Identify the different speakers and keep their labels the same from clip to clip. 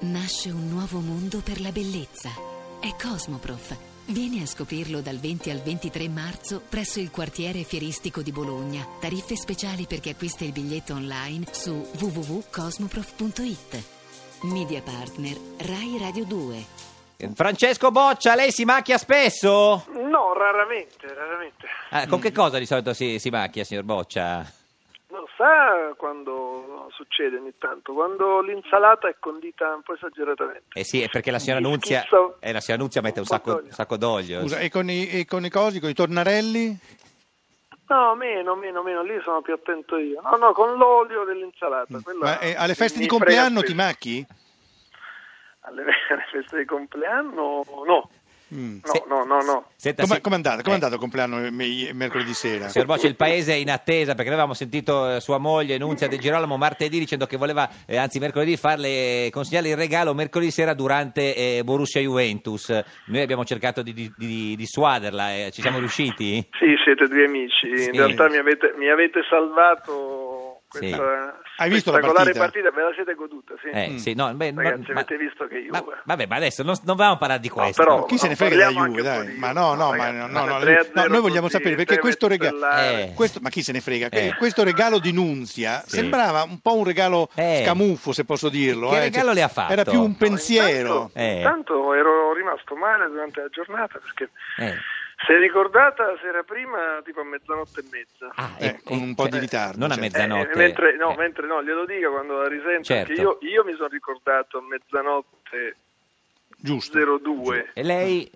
Speaker 1: Nasce un nuovo mondo per la bellezza. È Cosmoprof. Vieni a scoprirlo dal 20 al 23 marzo presso il quartiere fieristico di Bologna. Tariffe speciali per chi acquista il biglietto online su www.cosmoprof.it. Media partner Rai Radio 2.
Speaker 2: Eh, Francesco Boccia, lei si macchia spesso?
Speaker 3: No, raramente, raramente.
Speaker 2: Ah, con che
Speaker 3: Mm.
Speaker 2: cosa di solito si, si macchia, signor Boccia?
Speaker 3: Non sa quando succede ogni tanto, quando l'insalata è condita un po' esageratamente.
Speaker 2: Eh sì, è perché la signora
Speaker 3: Mi
Speaker 2: Nunzia,
Speaker 3: schizzo.
Speaker 2: eh, la signora Nunzia mette un
Speaker 3: Un po'
Speaker 2: sacco,
Speaker 3: d'olio.
Speaker 2: sacco d'olio.
Speaker 4: Scusa, eh, e con i, e con i cosi, con i tornarelli?
Speaker 3: No, meno, meno, meno, lì sono più attento io. No, no, con l'olio dell'insalata. quella
Speaker 4: Ma, eh, alle feste
Speaker 3: mi
Speaker 4: di
Speaker 3: frega
Speaker 4: compleanno
Speaker 3: più.
Speaker 4: ti macchi?
Speaker 3: Alle alle feste di compleanno no.
Speaker 4: Mm.
Speaker 3: No,
Speaker 2: Se-
Speaker 3: no, no, no.
Speaker 2: Senta,
Speaker 4: Come
Speaker 2: si-
Speaker 4: è andato, com'è
Speaker 2: eh,
Speaker 4: andato il compleanno me- mercoledì sera?
Speaker 2: Signor Boccia, il paese è in attesa perché noi avevamo sentito eh, sua moglie Nunzia De Girolamo martedì dicendo che voleva, eh, anzi mercoledì, farle consegnare il regalo mercoledì sera durante eh, Borussia Juventus. Noi abbiamo cercato di, di- di- dissuaderla, eh, ci siamo riusciti?
Speaker 3: Sì, siete due amici. In
Speaker 2: Sì.
Speaker 3: realtà mi avete, mi avete salvato
Speaker 2: Sì.
Speaker 3: questa
Speaker 4: Hai visto la
Speaker 3: spettacolare
Speaker 4: partita? Mm.
Speaker 3: partita? Me la siete goduta, sì.
Speaker 2: Eh, sì, no, beh,
Speaker 3: Ragazzi, avete visto che Juve-
Speaker 2: ma- vabbè, ma adesso non, non volevamo parlare di
Speaker 3: No,
Speaker 2: questo.
Speaker 3: Ah, però-
Speaker 4: Chi se ne
Speaker 3: no,
Speaker 4: frega della
Speaker 3: parliamo
Speaker 4: Juve,
Speaker 3: anche un po'
Speaker 4: dai?
Speaker 3: di
Speaker 4: Ma
Speaker 3: Juve,
Speaker 4: no, no, ma
Speaker 3: ragazzi.
Speaker 4: no, no, no,
Speaker 3: 3-0
Speaker 4: no, noi vogliamo
Speaker 3: tutti,
Speaker 4: sapere perché
Speaker 3: deve
Speaker 4: questo regalo,
Speaker 3: stellare.
Speaker 2: Eh.
Speaker 4: questo, ma chi se ne frega? Que-
Speaker 2: Eh.
Speaker 4: Questo regalo di Nunzia
Speaker 2: Sì.
Speaker 4: sembrava un po' un regalo
Speaker 2: Eh.
Speaker 4: scamuffo, se posso dirlo.
Speaker 2: Che
Speaker 4: eh.
Speaker 2: regalo le ha fatto?
Speaker 4: Era più un
Speaker 2: No,
Speaker 4: pensiero.
Speaker 3: Intanto,
Speaker 2: Eh.
Speaker 3: intanto ero rimasto male durante la giornata perché
Speaker 2: Eh.
Speaker 3: se ricordata sera prima tipo a mezzanotte e mezza.
Speaker 2: Ah,
Speaker 4: Eh,
Speaker 2: ecco,
Speaker 4: con un po' di
Speaker 2: cioè,
Speaker 4: ritardo,
Speaker 2: Non a
Speaker 4: cioè.
Speaker 3: Eh,
Speaker 2: mezzanotte.
Speaker 3: mentre, no,
Speaker 2: Eh.
Speaker 3: mentre no, glielo dico quando la risento,
Speaker 2: Certo.
Speaker 3: perché io, io mi sono ricordato a mezzanotte
Speaker 4: Giusto.
Speaker 3: 02
Speaker 2: E lei,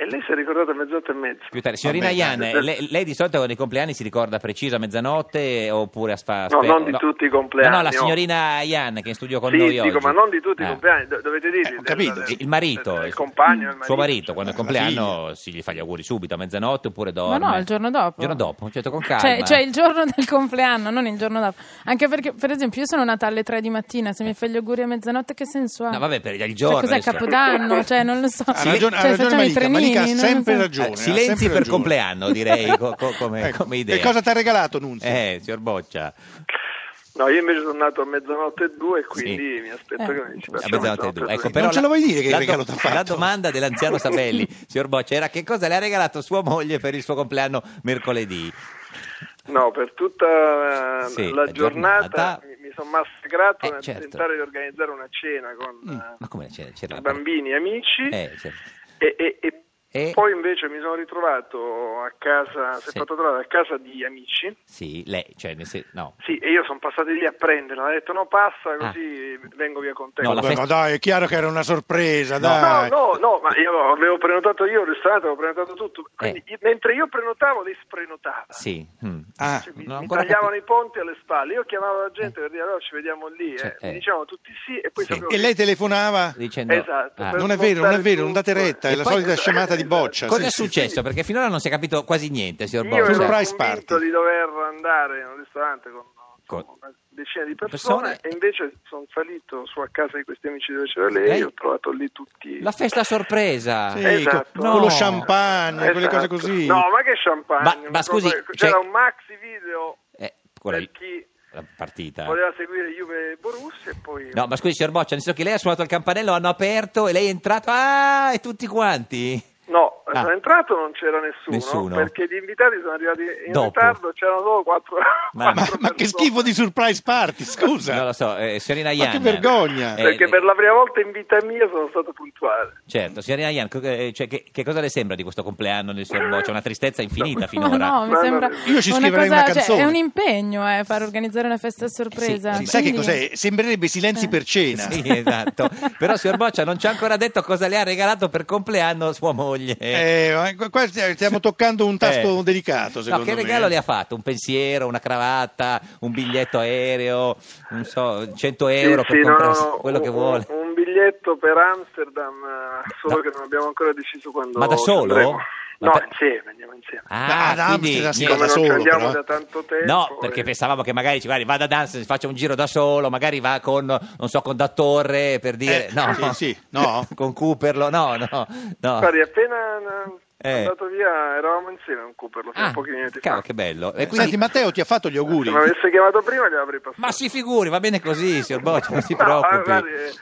Speaker 3: e lei si è ricordata a mezzanotte e mezza.
Speaker 2: più tardi, signorina
Speaker 4: Vabbè,
Speaker 2: Ian,
Speaker 3: dai.
Speaker 2: lei, lei di solito nei compleanni si ricorda preciso a mezzanotte oppure a spa,
Speaker 3: No,
Speaker 2: spe-
Speaker 3: non di tutti i compleanni,
Speaker 2: No, no, la
Speaker 3: no.
Speaker 2: signorina Ian che è in studio con
Speaker 3: Sì,
Speaker 2: noi
Speaker 3: dico,
Speaker 2: oggi.
Speaker 3: ma non di tutti
Speaker 2: Ah.
Speaker 3: i compleanni, do- dovete dirgli
Speaker 4: Eh, ho
Speaker 3: del-
Speaker 4: capito.
Speaker 3: del-
Speaker 2: Il marito,
Speaker 3: del- del
Speaker 2: il-
Speaker 3: compagno, il
Speaker 2: suo marito
Speaker 3: cioè.
Speaker 2: quando è il
Speaker 4: la
Speaker 2: compleanno si gli fa gli auguri subito a mezzanotte oppure
Speaker 5: Ma
Speaker 2: dorme
Speaker 5: no, il giorno dopo.
Speaker 2: il giorno dopo certo con calma
Speaker 5: Cioè, cioè il giorno del compleanno, non il giorno dopo. Anche perché, per esempio, io sono nata alle 3 di mattina, se mi fai gli auguri a mezzanotte che senso ha?
Speaker 2: no vabbè per il
Speaker 5: Cioè,
Speaker 2: giorno
Speaker 5: cos'è
Speaker 2: adesso.
Speaker 5: Capodanno? Cioè, non lo so.
Speaker 4: Ha ragione, ha
Speaker 5: Cioè,
Speaker 4: ragione
Speaker 5: facciamo i
Speaker 4: Malika, Malika ha
Speaker 5: trenini, non lo
Speaker 4: sempre
Speaker 5: so.
Speaker 4: ragione.
Speaker 2: Eh,
Speaker 4: ha
Speaker 2: silenzi
Speaker 4: sempre
Speaker 2: per
Speaker 4: ragione.
Speaker 2: compleanno, direi, co- co- come-
Speaker 4: Ecco,
Speaker 2: come idea.
Speaker 4: E cosa ti ha regalato Nunzia?
Speaker 2: eh signor Boccia
Speaker 3: No, io invece sono nato a mezzanotte e due e quindi mi aspetto
Speaker 5: Eh.
Speaker 3: che mi ci
Speaker 2: a
Speaker 3: faccia
Speaker 2: mezzanotte e due.
Speaker 3: e
Speaker 2: Ecco,
Speaker 3: due.
Speaker 2: però
Speaker 4: Non ce
Speaker 2: la-
Speaker 4: lo vuoi dire che
Speaker 2: la
Speaker 4: regalo t'ha fatto?
Speaker 2: La domanda dell'anziano Sabelli, signor Boccia, era che cosa le ha regalato sua moglie per il suo compleanno mercoledì?
Speaker 3: No, per tutta eh,
Speaker 2: Sì, la
Speaker 3: la
Speaker 2: giornata.
Speaker 3: giornata mi, mi sono massacrato
Speaker 2: Eh,
Speaker 3: nel
Speaker 2: certo. Mm,
Speaker 3: tentare di organizzare una cena con eh,
Speaker 2: Ma come c'era? c'era la-
Speaker 3: bambini, amici
Speaker 2: Eh, certo.
Speaker 3: e, e- e
Speaker 2: E-
Speaker 3: poi invece mi sono ritrovato a casa, si è
Speaker 2: Sì.
Speaker 3: fatto trovare a casa di amici.
Speaker 2: Sì, lei, cioè, nel sen- no.
Speaker 3: Sì, e io sono passato lì a prenderla, ha detto no passa così vengo via con te.
Speaker 2: Ah. No, la
Speaker 4: Vabbè,
Speaker 2: festa-
Speaker 4: ma dai, è chiaro che era una sorpresa,
Speaker 3: No,
Speaker 4: dai.
Speaker 2: ecco.
Speaker 3: no, no, ma io avevo prenotato io il ristorante, avevo prenotato tutto. Quindi, io- mentre io prenotavo, lei sprenotava.
Speaker 2: Eh. Sì. mm.
Speaker 4: Ah,
Speaker 3: Cioè, mi,
Speaker 2: non ho
Speaker 3: mi
Speaker 2: ancora
Speaker 3: tagliavano
Speaker 2: capito. Eh.
Speaker 3: i ponti alle spalle. Io chiamavo la gente per dire allora ci vediamo lì. eh.
Speaker 2: Cioè, eh.
Speaker 3: Mi dicevano tutti sì e poi
Speaker 2: Sì.
Speaker 3: sapevo
Speaker 4: e
Speaker 3: che-
Speaker 4: lei telefonava?
Speaker 2: Dicendo...
Speaker 3: Esatto,
Speaker 2: Ah.
Speaker 3: per
Speaker 4: Non è vero, non è vero, non date
Speaker 3: smontare
Speaker 4: retta,
Speaker 2: E
Speaker 4: è la
Speaker 2: poi-
Speaker 4: solita scemata di boccia.
Speaker 2: Cosa
Speaker 4: sì,
Speaker 2: è
Speaker 4: sì.
Speaker 2: successo? Perché finora non si è capito quasi niente, signor
Speaker 3: Io ero
Speaker 2: Boccia.
Speaker 4: Surprise
Speaker 3: convinto
Speaker 4: party.
Speaker 3: di dover andare in un ristorante con,
Speaker 2: Con-
Speaker 3: insomma, una decina di persone,
Speaker 2: persone.
Speaker 3: e invece sono salito su a casa di questi amici dove c'era lei,
Speaker 2: Lei-
Speaker 3: e ho trovato lì tutti...
Speaker 2: La festa a sorpresa.
Speaker 4: Sì,
Speaker 3: Esatto.
Speaker 4: con, con
Speaker 2: No.
Speaker 4: lo champagne,
Speaker 3: Esatto.
Speaker 4: quelle cose così.
Speaker 3: No, ma che champagne?
Speaker 2: Ma- ma
Speaker 3: Una
Speaker 2: scusi, cioè-
Speaker 3: cosa-
Speaker 2: c'è-
Speaker 3: c'era un maxi video
Speaker 2: Eh, quella
Speaker 3: per
Speaker 2: lì,
Speaker 3: chi
Speaker 2: la partita.
Speaker 3: voleva seguire Juve e Borussia e poi
Speaker 2: No, ma scusi, signor Boccia, nel senso che lei ha suonato il campanello, hanno aperto e lei è entrato. Ah, e tutti quanti?
Speaker 3: No,
Speaker 2: Ah.
Speaker 3: sono entrato non c'era nessuno,
Speaker 2: Nessuno.
Speaker 3: perché gli invitati sono arrivati in
Speaker 2: Dopo.
Speaker 3: ritardo, c'erano solo quattro.
Speaker 2: Ma-
Speaker 4: Ma,
Speaker 3: quattro
Speaker 4: ma che
Speaker 3: persone.
Speaker 4: schifo di surprise party,
Speaker 2: Non
Speaker 4: scusa.
Speaker 2: lo so, eh, signorina
Speaker 4: Ma
Speaker 2: Ian.
Speaker 4: che vergogna.
Speaker 2: Eh,
Speaker 3: Perché per la prima volta in vita mia sono stato puntuale.
Speaker 2: Certo, signorina Ian, co- eh, cioè, che, che cosa le sembra di questo compleanno del signor Boccia? Una tristezza infinita
Speaker 5: Ma
Speaker 2: finora.
Speaker 5: no, mi
Speaker 3: Ma
Speaker 5: sembra
Speaker 3: Eh, no,
Speaker 4: io ci scriverei una
Speaker 5: cosa- cioè,
Speaker 4: canzone.
Speaker 5: è un impegno eh, far organizzare una festa a sorpresa.
Speaker 2: Sì,
Speaker 4: Sì, sai che
Speaker 5: Quindi-
Speaker 4: cos'è? Sembrerebbe silenzi
Speaker 5: Eh.
Speaker 4: per cena.
Speaker 2: Sì, esatto. Però, signor Boccia, non ci ha ancora detto cosa le ha regalato per compleanno sua moglie.
Speaker 4: Eh, ma qua- qua stiamo toccando un tasto
Speaker 2: Eh.
Speaker 4: delicato,
Speaker 2: No,
Speaker 4: secondo
Speaker 2: che
Speaker 4: me.
Speaker 2: regalo le ha fatto? Un pensiero, una cravatta, un biglietto aereo, non so, 100 euro Eh,
Speaker 3: Sì,
Speaker 2: per
Speaker 3: sì, no,
Speaker 2: comprarsi
Speaker 3: no,
Speaker 2: quello che
Speaker 3: un-
Speaker 2: vuole.
Speaker 3: Un biglietto per Amsterdam, eh, solo
Speaker 2: No.
Speaker 3: che non abbiamo ancora deciso quando.
Speaker 2: Ma da solo?
Speaker 3: andremo.
Speaker 2: Ma
Speaker 3: No,
Speaker 2: per-
Speaker 3: insieme, andiamo insieme.
Speaker 2: Ah,
Speaker 4: ad Amsterdam
Speaker 2: quindi
Speaker 4: si
Speaker 2: niente.
Speaker 4: va
Speaker 3: Come
Speaker 4: da
Speaker 3: non
Speaker 4: solo,
Speaker 3: ci andiamo
Speaker 4: però, eh.
Speaker 3: da tanto tempo.
Speaker 2: No, perché
Speaker 3: eh,
Speaker 2: pensavamo che magari dice, guardi, vada a danza, si faccia un giro da solo, magari va con, non so, con Dattore per dire,
Speaker 4: Eh,
Speaker 2: no,
Speaker 4: sì, sì, no.
Speaker 2: con Cooperlo, no, no, no.
Speaker 3: Guardi, appena eh,
Speaker 2: Eh.
Speaker 3: andato via eravamo insieme con Cooper, lo
Speaker 2: Ah,
Speaker 3: un pochino di tempo.
Speaker 2: cavolo, che bello. E quindi-
Speaker 4: Senti, Matteo ti ha fatto gli auguri.
Speaker 3: Se mi avesse chiamato prima gli avrei passato.
Speaker 2: ma si figuri, va bene così, signor Boccia, non si
Speaker 3: No,
Speaker 2: preoccupi.
Speaker 3: guardi, eh,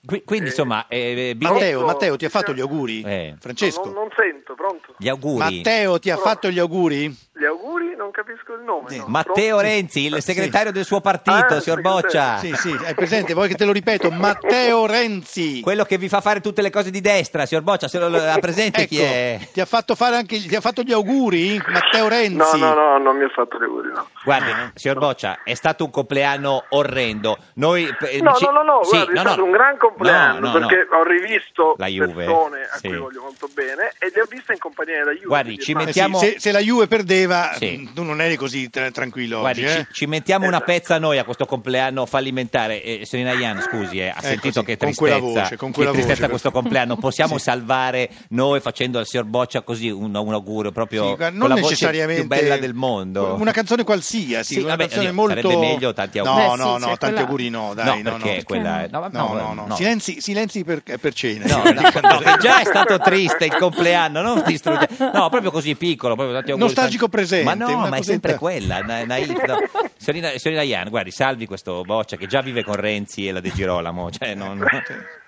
Speaker 2: Qui- Quindi,
Speaker 3: Eh,
Speaker 2: insomma, eh, eh, Bill-
Speaker 4: Matteo,
Speaker 3: Pronto?
Speaker 4: Matteo, ti ha fatto gli auguri?
Speaker 2: Eh.
Speaker 3: No,
Speaker 4: Francesco.
Speaker 3: non, non sento, pronto.
Speaker 2: gli auguri.
Speaker 4: Matteo, ti ha fatto gli auguri?
Speaker 3: Gli auguri, non capisco il nome. no.
Speaker 2: Matteo
Speaker 3: Pronto?
Speaker 2: Renzi,
Speaker 4: Ah,
Speaker 2: il segretario del suo partito,
Speaker 3: Ah,
Speaker 2: signor
Speaker 3: il
Speaker 2: Boccia.
Speaker 4: Sì, sì, hai presente? Vuoi che te lo ripeto? Matteo Renzi.
Speaker 2: Quello che vi fa fare tutte le cose di destra, signor Boccia, se lo lo- ha presente chi è?
Speaker 4: Ecco, ti ha fatto fare anche ti ha fatto gli auguri? Matteo
Speaker 3: No,
Speaker 4: Renzi.
Speaker 3: no, no, non mi ha fatto gli auguri, no.
Speaker 2: Guardi,
Speaker 3: Ah.
Speaker 2: signor Boccia, è stato un compleanno orrendo. Noi, eh,
Speaker 3: No,
Speaker 2: ci-
Speaker 3: no, no, no,
Speaker 2: sì,
Speaker 3: guarda, è
Speaker 2: no, no.
Speaker 3: stato un gran compleanno
Speaker 2: No, no, no.
Speaker 3: perché ho rivisto
Speaker 2: La Juve,
Speaker 3: persone a
Speaker 2: sì.
Speaker 3: cui voglio molto bene e le ho viste in compagnia della Juve.
Speaker 2: Guardi,
Speaker 3: quindi
Speaker 2: ci
Speaker 3: è facile.
Speaker 4: Eh sì,
Speaker 2: mettiamo-
Speaker 4: se, se la Juve perdeva,
Speaker 2: Sì.
Speaker 4: mh, tu non eri così tra- tranquillo
Speaker 2: Guardi,
Speaker 4: oggi, eh?
Speaker 2: ci, ci mettiamo una pezza noi a questo compleanno fallimentare. Eh, Serena Ian, scusi, eh, ha
Speaker 4: Ecco,
Speaker 2: sentito
Speaker 4: sì,
Speaker 2: che
Speaker 4: con
Speaker 2: tristezza,
Speaker 4: quella voce, con
Speaker 2: che
Speaker 4: quella
Speaker 2: tristezza
Speaker 4: voce.
Speaker 2: questo compleanno. Possiamo
Speaker 4: Sì.
Speaker 2: salvare noi facendo al signor Boccia così un, un augurio proprio
Speaker 4: Sì, guarda,
Speaker 2: con
Speaker 4: non
Speaker 2: la
Speaker 4: necessariamente
Speaker 2: voce più bella del mondo.
Speaker 4: Una canzone qualsiasi,
Speaker 2: Sì,
Speaker 4: una
Speaker 2: vabbè,
Speaker 4: canzone
Speaker 2: oddio,
Speaker 4: molto
Speaker 2: sarebbe meglio tanti auguri.
Speaker 4: No,
Speaker 5: Beh,
Speaker 4: no,
Speaker 5: sì,
Speaker 4: no,
Speaker 5: cioè,
Speaker 4: tanti
Speaker 5: quella-
Speaker 4: auguri no,
Speaker 2: no,
Speaker 4: dai,
Speaker 2: perché
Speaker 5: no.
Speaker 2: quella è-
Speaker 4: no. No, no, no. Silenzi, silenzi per, eh, per cena.
Speaker 2: No,
Speaker 4: Dai.
Speaker 2: dico, no, che già è stato triste il compleanno, non distrugge. No, proprio così piccolo. Proprio tanti auguri.
Speaker 4: Nostalgico presente,
Speaker 2: Ma no,
Speaker 4: una
Speaker 2: ma è sempre
Speaker 4: cosetta-
Speaker 2: quella. na- naif, no. Signorina, signorina Ian, guardi, salvi questo boccia che già vive con Renzi e la De Girolamo. Cioè, non...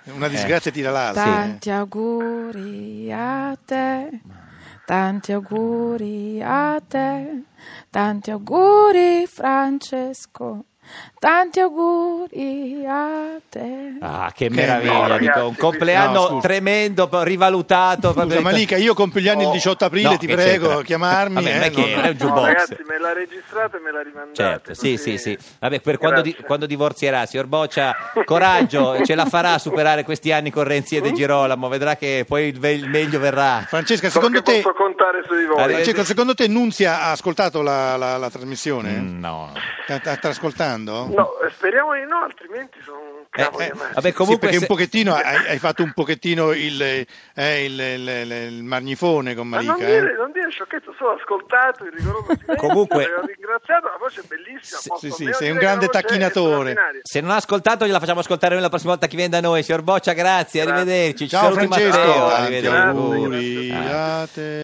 Speaker 4: Una disgrazia tira l'altra. eh.
Speaker 5: Tanti auguri a te, tanti auguri a te, tanti auguri Francesco, tanti auguri a te.
Speaker 2: Ah, che
Speaker 4: Che
Speaker 2: meraviglia, dico,
Speaker 3: no,
Speaker 2: un
Speaker 3: ragazzi,
Speaker 2: compleanno
Speaker 4: no, scusa.
Speaker 2: tremendo, poi rivalutato.
Speaker 4: Scusa, ecco. Malika, io compio gli anni il 18
Speaker 2: ecco.
Speaker 4: aprile,
Speaker 2: Oh, No,
Speaker 4: ti
Speaker 2: che
Speaker 4: prego,
Speaker 2: c'entra?
Speaker 4: chiamarmi.
Speaker 2: Vabbè, non è
Speaker 4: eh,
Speaker 2: che-
Speaker 4: no.
Speaker 2: è un
Speaker 3: No,
Speaker 2: jukebox.
Speaker 3: ragazzi, me la registrate e me la rimandate.
Speaker 2: Certo, sì, sì,
Speaker 3: così-
Speaker 2: sì. Vabbè, per quando, di-
Speaker 3: Grazie.
Speaker 2: quando divorzierà, signor Boccia, coraggio, ce la farà a superare questi anni con Renzi e De Girolamo, vedrà che poi il, ve- il meglio verrà.
Speaker 4: Francesca,
Speaker 3: So
Speaker 4: secondo
Speaker 3: che
Speaker 4: te,
Speaker 3: posso contare su di voi.
Speaker 2: Arrivederci.
Speaker 4: Francesca, secondo te Nunzia ha ascoltato la, la- la trasmissione?
Speaker 2: Mm, No.
Speaker 4: Sta, sta- sta ascoltando?
Speaker 3: No, eh, speriamo di no, altrimenti sono un cavolo
Speaker 2: Eh,
Speaker 3: di amante.
Speaker 2: vabbè, comunque
Speaker 4: Sì, perché
Speaker 2: se-
Speaker 4: un pochettino hai, hai fatto un pochettino il, eh, il- il- il- il marnifone con eh.
Speaker 3: Ma
Speaker 4: Malika.
Speaker 3: non dire, non dire sciocchezza, solo ascoltato il rigoroso silenzio,
Speaker 2: eh. Comunque-
Speaker 3: l'ho ringraziato, la voce è bellissima.
Speaker 2: Sì,
Speaker 3: posso
Speaker 4: sì, sì,
Speaker 3: almeno
Speaker 4: sei
Speaker 3: dire
Speaker 4: un
Speaker 3: che la
Speaker 4: grande
Speaker 3: voce è
Speaker 4: tacchinatore.
Speaker 3: straordinaria.
Speaker 2: Se non ha ascoltato, gliela facciamo ascoltare noi la prossima volta che viene da noi. Signor Boccia, grazie,
Speaker 3: Grazie.
Speaker 2: arrivederci. Ci
Speaker 4: Ciao
Speaker 2: saluti
Speaker 4: Francesco,
Speaker 2: Matteo,
Speaker 4: tanti
Speaker 2: arrivederci.
Speaker 3: eh,
Speaker 2: Ah.
Speaker 3: Grazie,
Speaker 4: auguri
Speaker 3: grazie
Speaker 2: a tutti.
Speaker 4: a te.